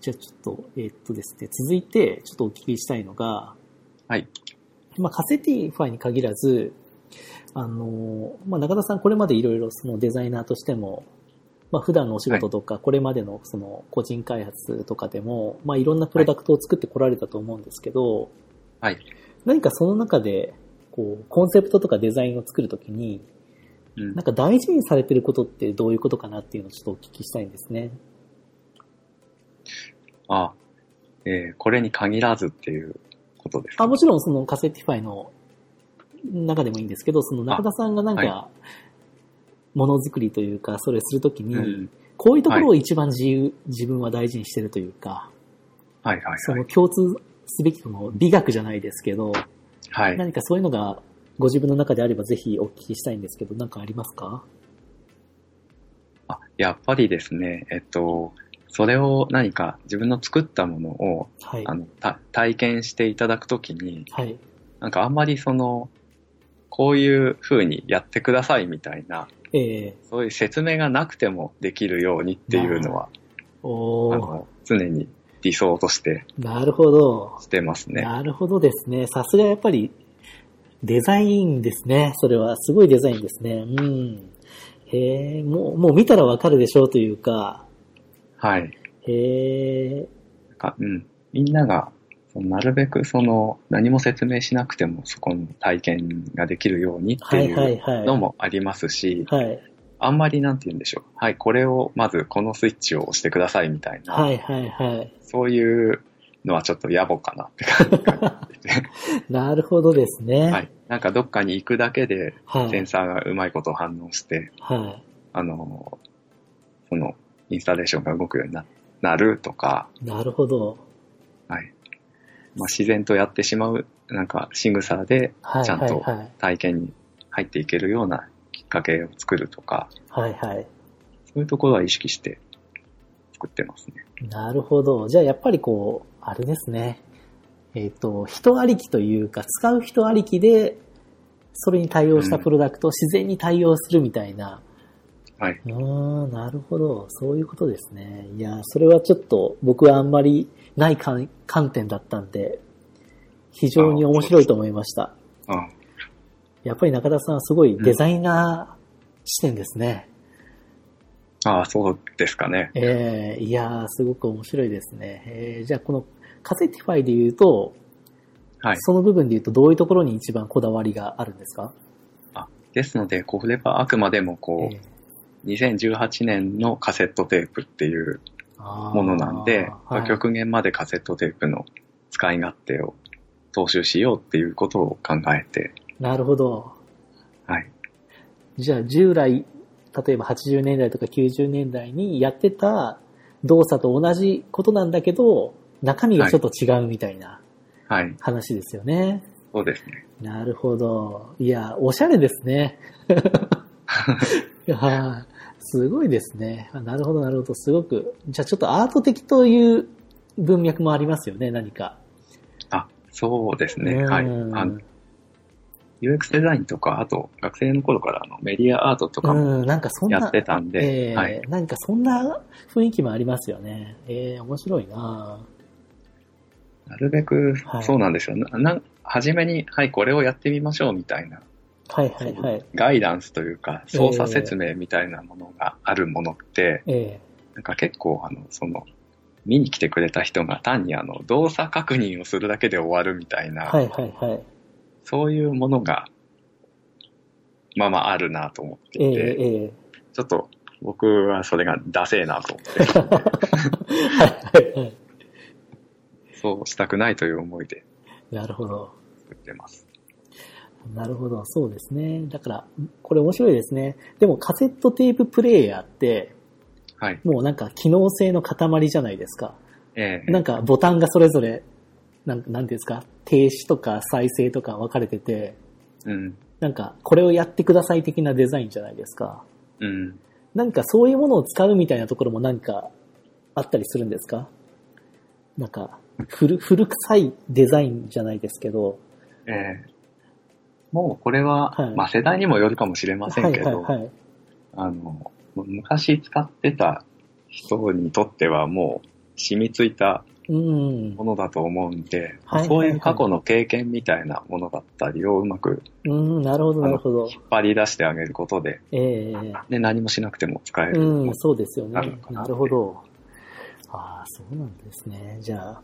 じゃあちょっと、えーっとですね、続いてちょっとお聞きしたいのが、はい。まあ、カセティファイに限らず、あの、まあ、中田さんこれまでいろいろそのデザイナーとしても、まあ、普段のお仕事とか、これまでのその個人開発とかでも、まあ、いろんなプロダクトを作ってこられたと思うんですけど、はい。何かその中で、こう、コンセプトとかデザインを作るときに、うんなんか大事にされてることってどういうことかなっていうのをちょっとお聞きしたいんですね。あ、えーこれに限らずっていうことですか。あもちろんそのカセティファイの中でもいいんですけど、その中田さんがなんあか、ものづくりというか、それするときに、うん。こういうところを一番自由、自分は大事にしてるというか、はいはいそはのい。共通すべきこの美学じゃないですけど、はい。何かそういうのがご自分の中であればぜひお聞きしたいんですけど、何かありますかあ、やっぱりですね、えっと、それを何か自分の作ったものを、はい。あの、た体験していただくときに、はい。なんかあんまりその、こういう風にやってくださいみたいな、ええそういう説明がなくてもできるようにっていうのは、あおーの、常に理想としてなるほど。してますね。なるほどですね。さすがやっぱりデザインですね。それはすごいデザインですね。うん。へえ、もう、もう見たらわかるでしょうというか、はい。へえ、か、うん。みんなが、そのなるべくその、何も説明しなくても、そこの体験ができるようにってはいいはいうはい。のもありますし、はい。あんまりなんて言うんでしょう。はい、これを、まずこのスイッチを押してくださいみたいな、はいはいはい。そういうのはちょっと野暮かなって感じがしててなるほどですね。はい。なんかどっかに行くだけで、はい。センサーがうまいこと反応して、はあの、その、インスタレーションが動くようにななるとか、い。なるほど。はい。まあ、自然とやってしまう、なんか、仕草で、はいちゃんとはいはい。体験に入っていけるようなきっかけを作るとか、はいはい。そういうところは意識して作ってますね。なるほど。じゃあやっぱりこう、あれですね。えっ、と、人ありきというか、使う人ありきで、それに対応したプロダクトを自然に対応するみたいな。はい。うーん、なるほど。そういうことですね。いや、それはちょっと僕はあんまりない観観点だったんで、非常に面白いと思いました。うん。やっぱり中田さんはすごいデザイナー視点ですね。ああ、そうですかね。ええいやー、すごく面白いですね。えーじゃあこのカセティファイで言うと、はい。その部分で言うとどういうところに一番こだわりがあるんですかですので、これはあくまでもこえーう、2018年のカセットテープっていうあーものなんで、はい極限までカセットテープの使い勝手を踏襲しようっていうことを考えて、なるほど。はい。じゃあ従来、例えば80年代とか90年代にやってた動作と同じことなんだけど、中身がちょっと違うみたいなはい。話ですよね。そうですね。なるほど。いや、おしゃれですね。 いやーすごいですね。あなるほど、なるほど。すごく。じゃあちょっとアート的という文脈もありますよね、何か。あ、そうですね。うんはい。あの UX デザインとか、あと学生の頃からあのメディアアートとかもうん、なんかそんな。やってたんで、えーはい。なんかそんな雰囲気もありますよね。えー、面白いななるべくはいそうなんですよ。なな初めに、はい、これをやってみましょうみたいな、はいはいはい。ガイダンスというか、操作説明みたいなものがあるものって、えなんか結構、あの、その、見に来てくれた人が単にあの動作確認をするだけで終わるみたいな、ー、はいはいはい。そういうものが、まあまああるなと思ってえーいて、えちょっと僕はそれがダセーなと思って、ー、はいはいはい。そうしたくないという思いで なるほど。作ってます。なるほど、そうですね。だから、これ面白いですね。でもカセットテーププレイヤーって、はい。もうなんか機能性の塊じゃないですか。ええなんかボタンがそれぞれ、なんなんていうんですか、停止とか再生とか分かれてて、うん。なんかこれをやってください的なデザインじゃないですか。うん。なんかそういうものを使うみたいなところもなんかあったりするんですかなんか古古臭いデザインじゃないですけど。ええもうこれは、はいまあ世代にもよるかもしれませんけど、はいはいはい。あの、昔使ってた人にとってはもう染みついたうんも。のだと思うんで、はいそうはいいはうい過去の経験みたいなものだったりをうまくうん、なるほど、なるほど。引っ張り出してあげることで、ええで何もしなくても使える。うん、そうですよねなるの。かななるほど。ああ、そうなんですね。じゃあ、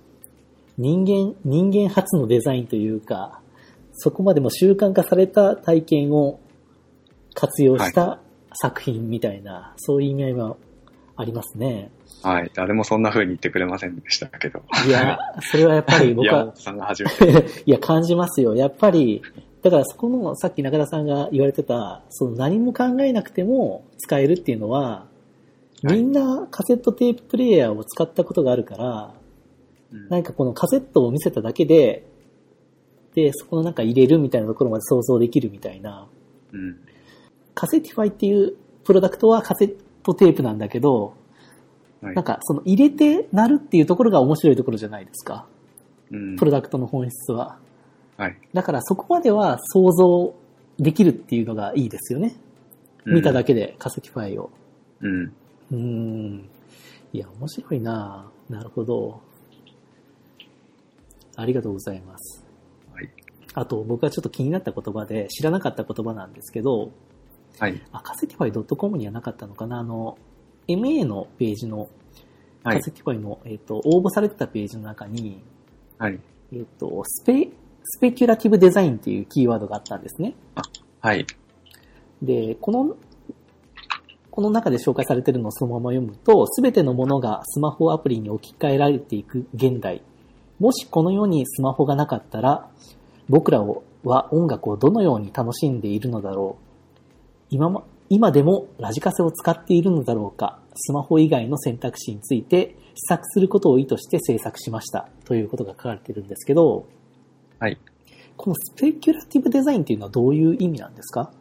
人間、人間初のデザインというか、そこまでも習慣化された体験を活用した作品みたいな、そういう意味合いはありますね。はい。誰もそんな風に言ってくれませんでしたけど。いや、それはやっぱり僕山は本さんが初めて。 いや、感じますよ。やっぱり、だからそこの、さっき中田さんが言われてた、その何も考えなくても使えるっていうのは、はいみんなカセットテーププレイヤーを使ったことがあるから、なんかこのカセットを見せただけで、で、そこのなんか入れるみたいなところまで想像できるみたいな、うん。カセティファイっていうプロダクトはカセットテープなんだけど、はいなんかその入れてなるっていうところが面白いところじゃないですか。うんプロダクトの本質は。はい。だからそこまでは想像できるっていうのがいいですよね。見ただけ。けで化石ファイを。うん。うーん。いや、面白いなぁなるほど。ありがとうございます。はい。あと、僕がちょっと気になった言葉で、知らなかった言葉なんですけど、はい。あ、化石ファイ .com にはなかったのかなあの、MA のページの、は化い石。ファイの、えっ、と、応募されてたページの中に、はい。えっ、と、スペ、スペキュラティブデザインっていうキーワードがあったんですね。はい。で、この、この中で紹介されているのをそのまま読むと、すべてのものがスマホアプリに置き換えられていく現代。もしこの世にスマホがなかったら、僕らは音楽をどのように楽しんでいるのだろう。今も、今でもラジカセを使っているのだろうか。スマホ以外の選択肢について試作することを意図して制作しました。ということが書かれているんですけど、はい。このスペキュラティブデザインっていうのはどういう意味なんですか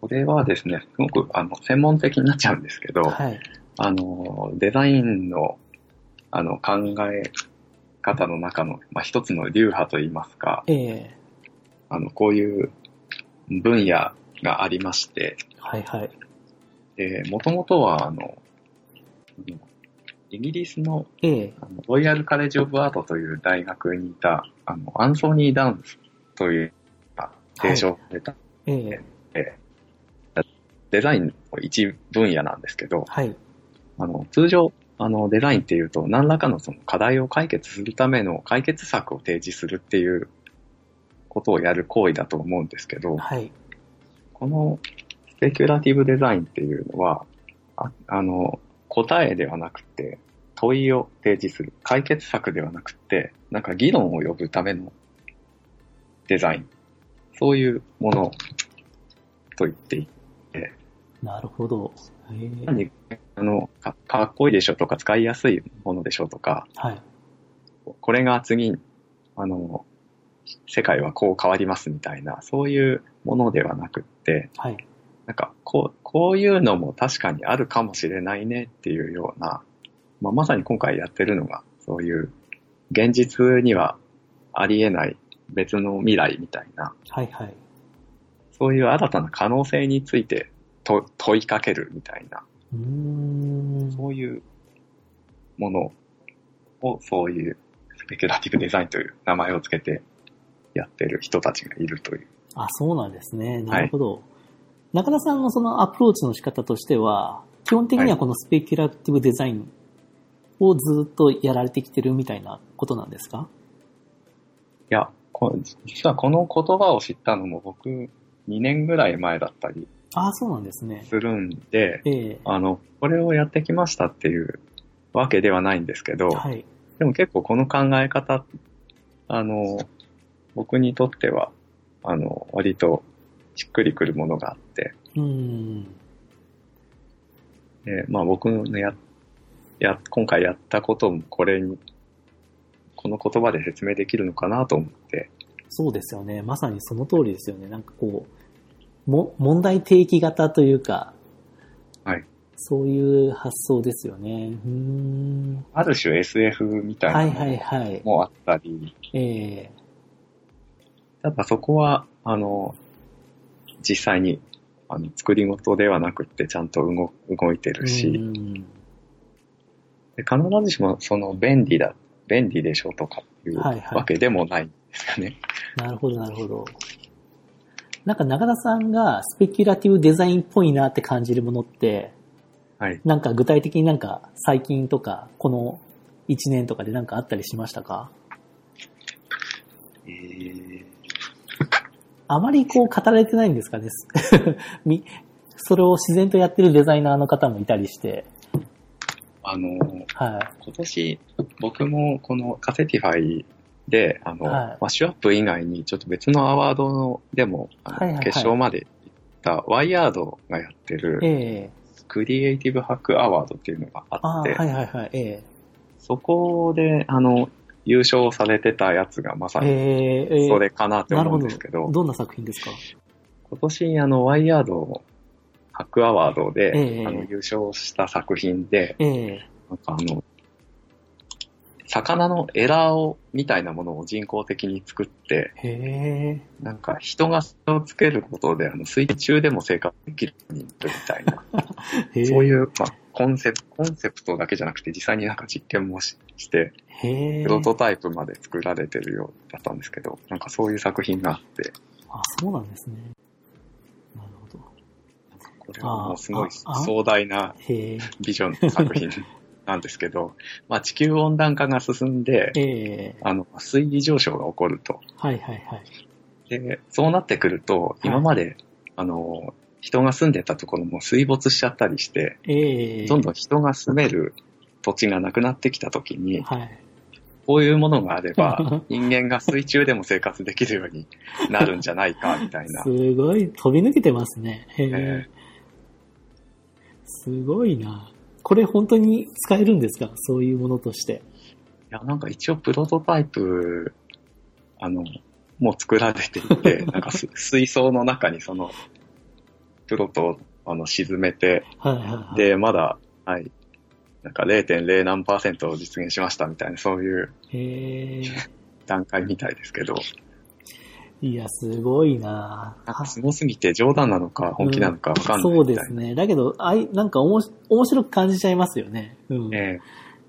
これはですね、すごく、あの、専門的になっちゃうんですけど、はい。あの、デザインの、あの、考え方の中の、まあ、一つの流派といいますか、ええあの、こういう分野がありまして、はいはい。で、もともとは、あの、イギリスのええあのロイヤルカレッジオブアートという大学にいた、あの、アンソニー・ダンスという人が提唱された、ええデザインの一分野なんですけど、はい。あの、通常、あの、デザインっていうと、何らかのその課題を解決するための解決策を提示するっていうことをやる行為だと思うんですけど、はい。このスペキュラティブデザインっていうのは、ああの、答えではなくて、問いを提示する。解決策ではなくて、なんか議論を呼ぶためのデザイン。そういうものと言っていい。なるほど。ええ単にあのか、かっこいいでしょとか、使いやすいものでしょとか、はい。これが次、あの、世界はこう変わりますみたいな、そういうものではなくって、はい。なんか、こう、こういうのも確かにあるかもしれないねっていうような、まあ、まさに今回やってるのが、そういう、現実にはありえない別の未来みたいな、はいはい。そういう新たな可能性についてと問いかけるみたいな、うーん。そういうものを、そういうスペキュラティブデザインという名前をつけてやってる人たちがいるという。あ、そうなんですね。なるほど。中田さんのそのアプローチの仕方としては、基本的にはこのスペキュラティブデザインをずっとやられてきてるみたいなことなんですかいや、こ実はこの言葉を知ったのも僕、2年ぐらい前だったりあそうなんですね。するんで、ええあの、これをやってきましたっていうわけではないんですけど、はい。でも結構この考え方、あの、僕にとっては、あの、割としっくりくるものがあって、うーん。でまあ僕のや、や、今回やったこともこれに、この言葉で説明できるのかなと思って、そうですよね。まさにその通りですよね。なんかこう、も、問題提起型というか、はい。そういう発想ですよね。うーん。ある種 SF みたいはないものはいはい。もあったり、ええやっぱそこは、あの、実際に、あの、作り事ではなくって、ちゃんと動動いてるし、うんで必ずしもその便利だ、便利でしょうとかっていうはいはいわけでもないんですよね。なるほど、なるほど。なんか中田さんがスペキュラティブデザインっぽいなって感じるものって、はい。なんか具体的になんか最近とか、この1年とかでなんかあったりしましたかえーあまりこう語られてないんですかね。 みそれを自然とやってるデザイナーの方もいたりして、あの、はい。今年、僕もこのカセティファイで、あの、はいマッシュアップ以外に、ちょっと別のアワードのでも、あのはいはいはい決勝まで行った、ワイヤードがやってえる、えクリエイティブハックアワードっていうのがあああ、って、はいはいはい、ええそこで、あの、優勝されてたやつがまさえにえええそれかなってなる思うほどんですけど、。どんな作品ですか今年、あの、ワイヤード、ハックアワードで、ええあの優勝した作品で、ええなんかあの、魚のエラーを、みたいなものを人工的に作って、へえなんか人がそれをつけることで、あの、水中でも生活できるようになるみたいな、へえそういう、まあ、コンセプト、コンセプトだけじゃなくて、実際になんか実験もしして、へえプロトタイプまで作られてるようだったんですけど、なんかそういう作品があって、あ、そうなんですね。なるほど。これはもうすごいあああ壮大なへえビジョンの 作品なんですけど、まあ、地球温暖化が進んで、ええあの、水位上昇が起こると。はいはいはい。で、そうなってくると、今まで、あの、人が住んでたところも水没しちゃったりして、ええどんどん人が住める土地がなくなってきたときに、はい。こういうものがあれ ば、人間が水中でも生活できるようになるんじゃないか、みたい な。すごい、飛び抜けてますね。へええすごいな。これ本当に使えるんですかそういうものとして。いや、なんか一応プロトタイプ、あの、もう作られてい て、なんかす水槽の中にその、プロトをあの沈めて、はいはいはい。で、まだ、はい、なんか0.0何パーセントを実現しましたみたいな、そういうへえ段階みたいですけど、いや、すごいな。なんかすごすぎて冗談なのか本気なのかわかんないそうみたいでな。すね。だけど、あい、なんかおもし面白く感じちゃいますよね。うん。へ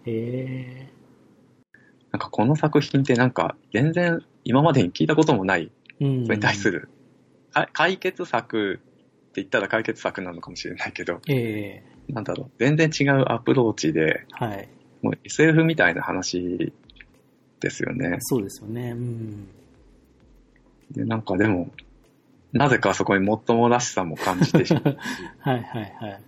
えええなんかこの作品ってなんか全然今までに聞いたこともない、うん。それに対する、か解決策って言ったら解決策なのかもしれないけど、ええなんだろう、全然違うアプローチで、はい。もう SF みたいな話ですよね。そうですよね。うん。 で、なんかでも、なぜかそこにもっともらしさも感 じてしまう。はいはいはい。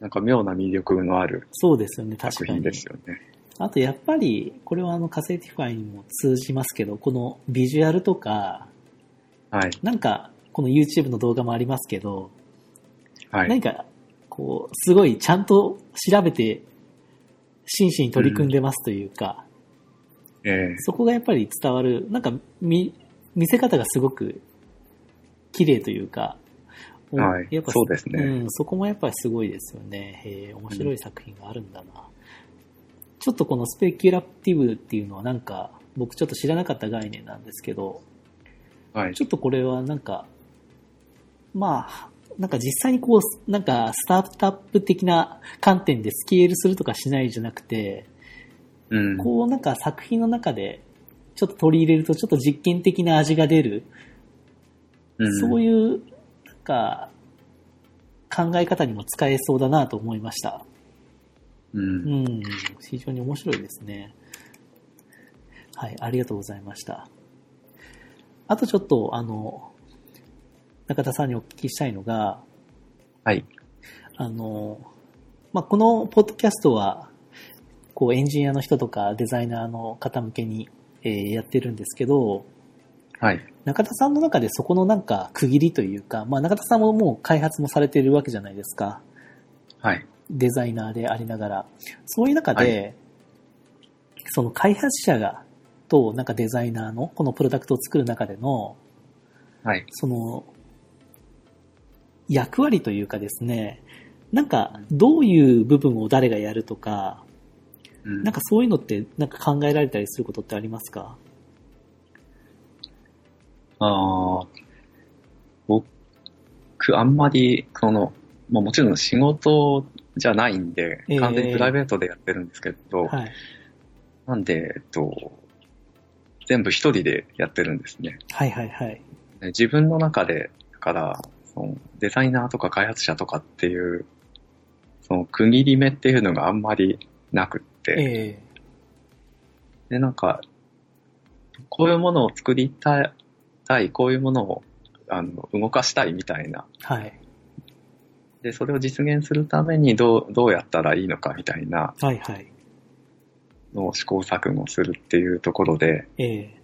なんか妙な魅力のあるそうですよね、確作か品に。ですよね。あとやっぱり、これはあの、カセティファイにも通じますけど、このビジュアルとか、はい。なんか、この YouTube の動画もありますけど、はい。何か、こう、すごいちゃんと調べて、真摯に取り組んでますというか、ええそこがやっぱり伝わる、なんか、見、見せ方がすごく、綺麗というか、はいやっぱそうですねうん、そこもやっぱりすごいですよね。へえ面白い作品があるんだな。ちょっとこのスペキュラティブっていうのはなんか、僕ちょっと知らなかった概念なんですけど、はい。ちょっとこれはなんか、まあ、なんか実際にこう、なんかスタートアップ的な観点でスケールするとかしないじゃなくて、うん。こうなんか作品の中でちょっと取り入れるとちょっと実験的な味が出る、うんそういうなんか考え方にも使えそうだなと思いました。うんう。ん、非常に面白いですね。はい、ありがとうございました。あとちょっと、あの、中田さんにお聞きしたいのが、はい。あの、まあ、このポッドキャストは、こう、エンジニアの人とかデザイナーの方向けに、えーやってるんですけど、はい。中田さんの中でそこのなんか区切りというか、まあ、中田さんももう開発もされてるわけじゃないですか。はい。デザイナーでありながら、そういう中で、はその開発者が、と、なんかデザイナーの、このプロダクトを作る中での、はい。その、役割というかですね、なんか、どういう部分を誰がやるとか、うんなんかそういうのって、なんか考えられたりすることってありますかああ、僕、あんまり、その、まあもちろん仕事じゃないんでええ、完全にプライベートでやってるんですけど、はい。なんで、えっと、全部一人でやってるんですね。はいはいはい。ね自分の中で、だから、そのデザイナーとか開発者とかっていう、その区切り目っていうのがあんまりなくって、ええで、なんか、こういうものを作りたい、たいこういうものをあの動かしたいみたいな、はい。で、それを実現するためにどう、どうやったらいいのかみたいなはいはい。のを試行錯誤するっていうところで、ええ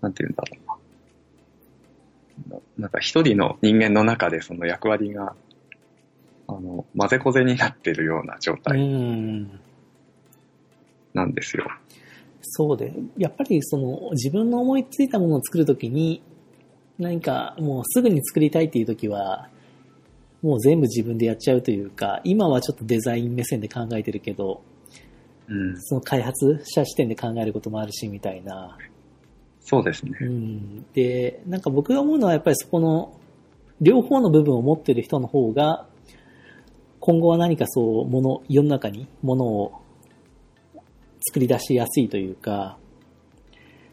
なんて言うんだろうな。ななんか一人の人間の中でその役割が、あの、混ぜこぜになってるような状態うん。なんですよ。そうで、やっぱりその自分の思いついたものを作るときに、何かもうすぐに作りたいっていうときは、もう全部自分でやっちゃうというか、今はちょっとデザイン目線で考えてるけど、うん。その開発者視点で考えることもあるし、みたいな。そうですうね。ん。で、なんか僕が思うのはやっぱりそこの、両方の部分を持ってる人の方が、今後は何かそう、もの、世の中にものを作り出しやすいというか、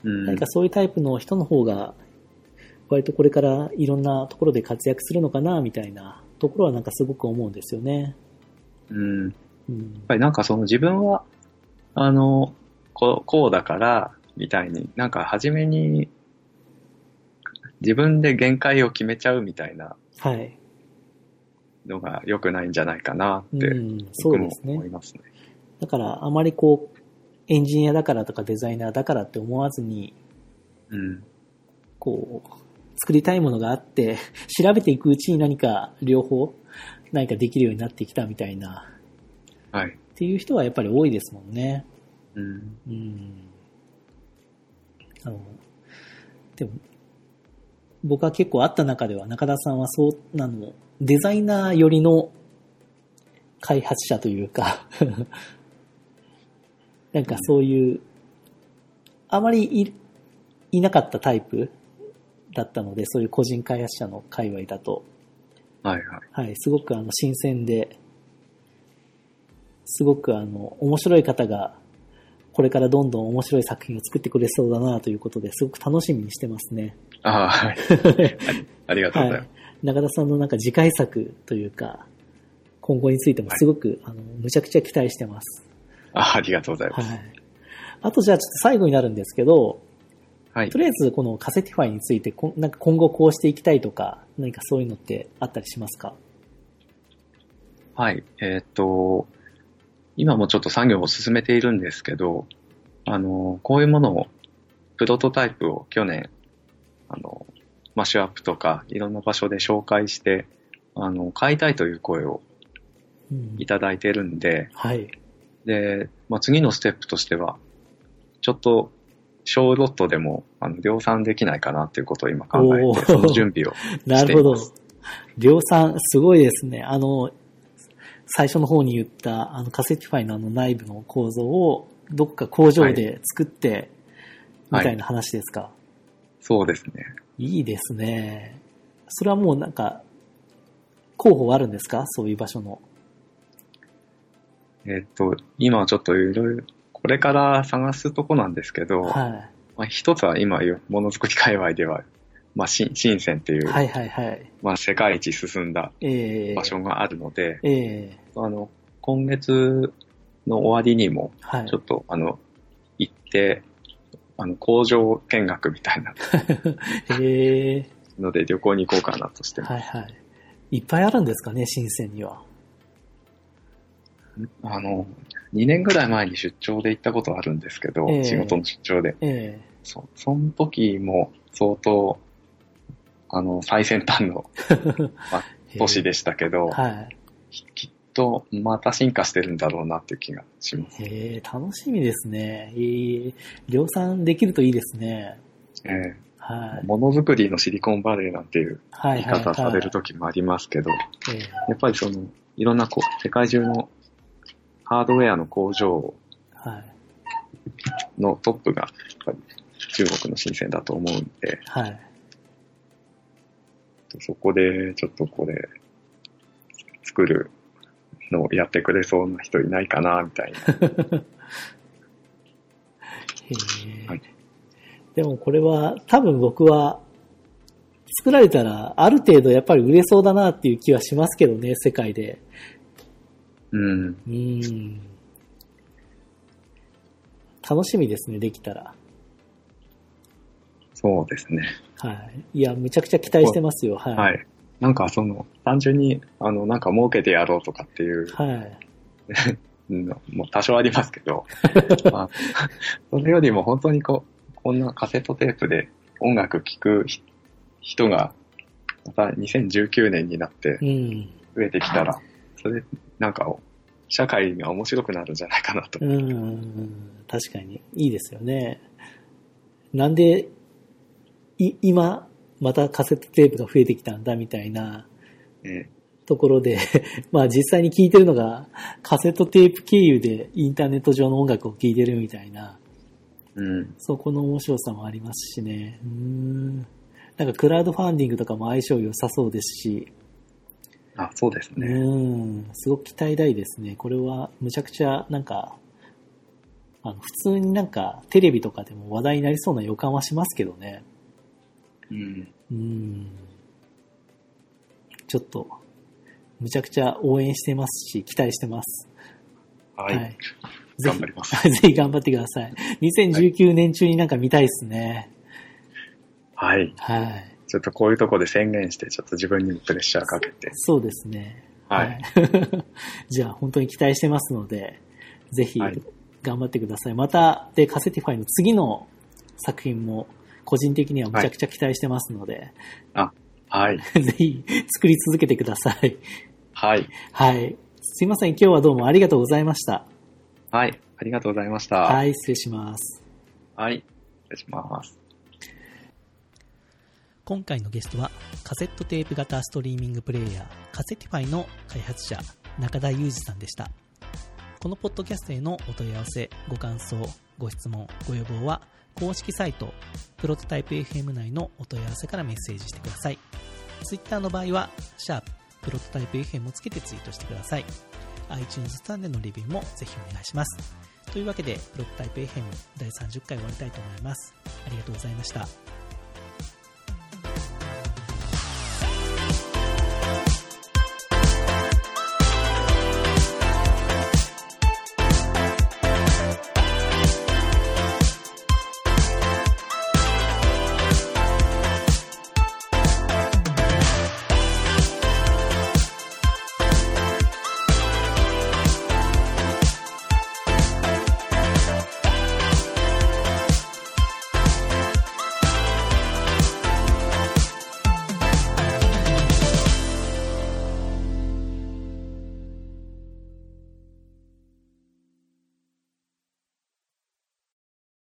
うん何か。そういうタイプの人の方が、割とこれからいろんなところで活躍するのかな、みたいなところはなんかすごく思うんですよね。うん。やっうん。ぱりなんかその自分は、あの、こうこうだから、みたいに、なんか初めに、自分で限界を決めちゃうみたいなはい。のが良くないんじゃないかなっうて、ん、そ僕うもですね。思いますね。だからあまりこう、エンジニアだからとかデザイナーだからって思わずに、うん。こう、作りたいものがあって、 調べていくうちに何か両方、何かできるようになってきたみたいな、はい。っていう人はやっぱり多いですもんね。うん。うん。あの、でも、僕は結構会った中では中田さんはそう、あの、デザイナー寄りの開発者というか、 なんかそういう、あまりい、いなかったタイプだったので、そういう個人開発者の界隈だと、はいはい。はい、すごくあの新鮮で、すごくあの面白い方が、これからどんどん面白い作品を作ってくれそうだなということで、すごく楽しみにしてますね。ああ、はい。ありがとうはございまい。中田さんのなんか次回作というか、今後についてもすごく、あのむちゃくちゃ期待してます。す。あありがとうございまはす。い。あとじゃあちょっと最後になるんですけど、はいと。りあえずこのカセティファイについてこん、なんか今後こうしていきたいとか、何かそういうのってあったりしますかはい。えーっと、今もちょっと作業を進めているんですけど、あの、こういうものを、プロトタイプを去年、あの、マッシュアップとか、いろんな場所で紹介して、あの、買いたいという声をうんいただいてるんで、はい。で、まあ、次のステップとしては、ちょっと、小ロットでも、あの、量産できないかなっていうことを今考おえーて、その準備をなるほどしています。量産、すごいですね。あの、最初の方に言った、あの、カセティファイのあの内部の構造を、どっか工場で作って、はいみたいな話ですか、そうですね。い。いですね。それはもうなんか、候補はあるんですかそういう場所の。えっと、今はちょっといろいろ、これから探すとこなんですけど、はまあ、一つは今、ものづくり界隈では、まあ、し深センっていい。う、はいはいはい。まあ、世界一進んだええ場所があるので、ええあの、今月の終わりにも、はいちょ。っと、あの、行って、あの、工場見学みたいなええので旅行に行こうかなとしてます、はいはい。いっぱいあるんですかね深センには。あの、2年ぐらい前に出張で行ったことあるんですけど、ええ仕事の出張で。ええそその時も相当、あの、最先端の都市でしたけど、はい。ききっとまた進化してるんだろうなっていう気がします。へえ、楽しみですね。えー量産できるといいですね。ええはい。ものづくりのシリコンバレーなんていうは言いいはい、方さはれるい。時もありますけど、えーやっぱりその、いろんなこう世界中のハードウェアの工場はい。のトップが、やっぱり中国の深センだと思うんで、はい。そこでちょっとこれ、つ作るのをやってくれそうな人いないかな、みたいな。へえ、はいでもこれは多分僕は作られたらある程度やっぱり売れそうだなっていう気はしますけどね、世界で。うん。うん。楽しみですね、できたら。そうですね。はい。いや、むちゃくちゃ期待してますよ。はい。はい。なんかその、単純に、あの、なんか儲けてやろうとかっていうはい。のも多少ありますけ ど、まあ、それよりも本当にこう、こんなカセットテープで音楽聴くひ人が、また2019年になってうん。増えてきたら、それ、なんか、社会が面白くなるんじゃないかなと。うん。確かに。いいですよね。なんで、い、今、またカセットテープが増えてきたんだみたいなえところで、 まあ実際に聴いてるのが、カセットテープ経由でインターネット上の音楽を聴いてるみたいな、うん。そこの面白さもありますしね。うーん。なんかクラウドファンディングとかも相性良さそうですし、あ、そうですうね。ーん、すごく期待大ですね。これはむちゃくちゃ、なんか、あの普通になんかテレビとかでも話題になりそうな予感はしますけどね。うん。うーん。ちょっと、むちゃくちゃ応援してますし、期待してます。 はい。はいぜ頑ひ張ります。ぜひ頑張ってください。2019年中になんか見たいですね。はい。はい。ちょっとこういうとこで宣言して、ちょっと自分にもプレッシャーかけて。そうですね。はい。。 じゃあ本当に期待してますので、ぜひはい頑張ってください。また、で、カセティファイの次の作品も個人的にはむちゃくちゃ期待してますので、 はい。ぜひ作り続けてください。はい。はい。すいません。今日はどうもありがとうございました。はい。ありがとうございました。はい。はい、失礼します。失礼します。今回のゲストはカセットテープ型ストリーミングプレイヤーカセティファイの開発者中田裕二さんでしたこのポッドキャストへのお問い合わせご感想ご質問ご要望は公式サイトプロトタイプ FM 内のお問い合わせからメッセージしてください Twitter の場合は「シャーププロトタイプ FM」をつけてツイートしてください iTunes スタンでのレビューもぜひお願いしますというわけでプロトタイプ FM 第30回終わりたいと思いますありがとうございました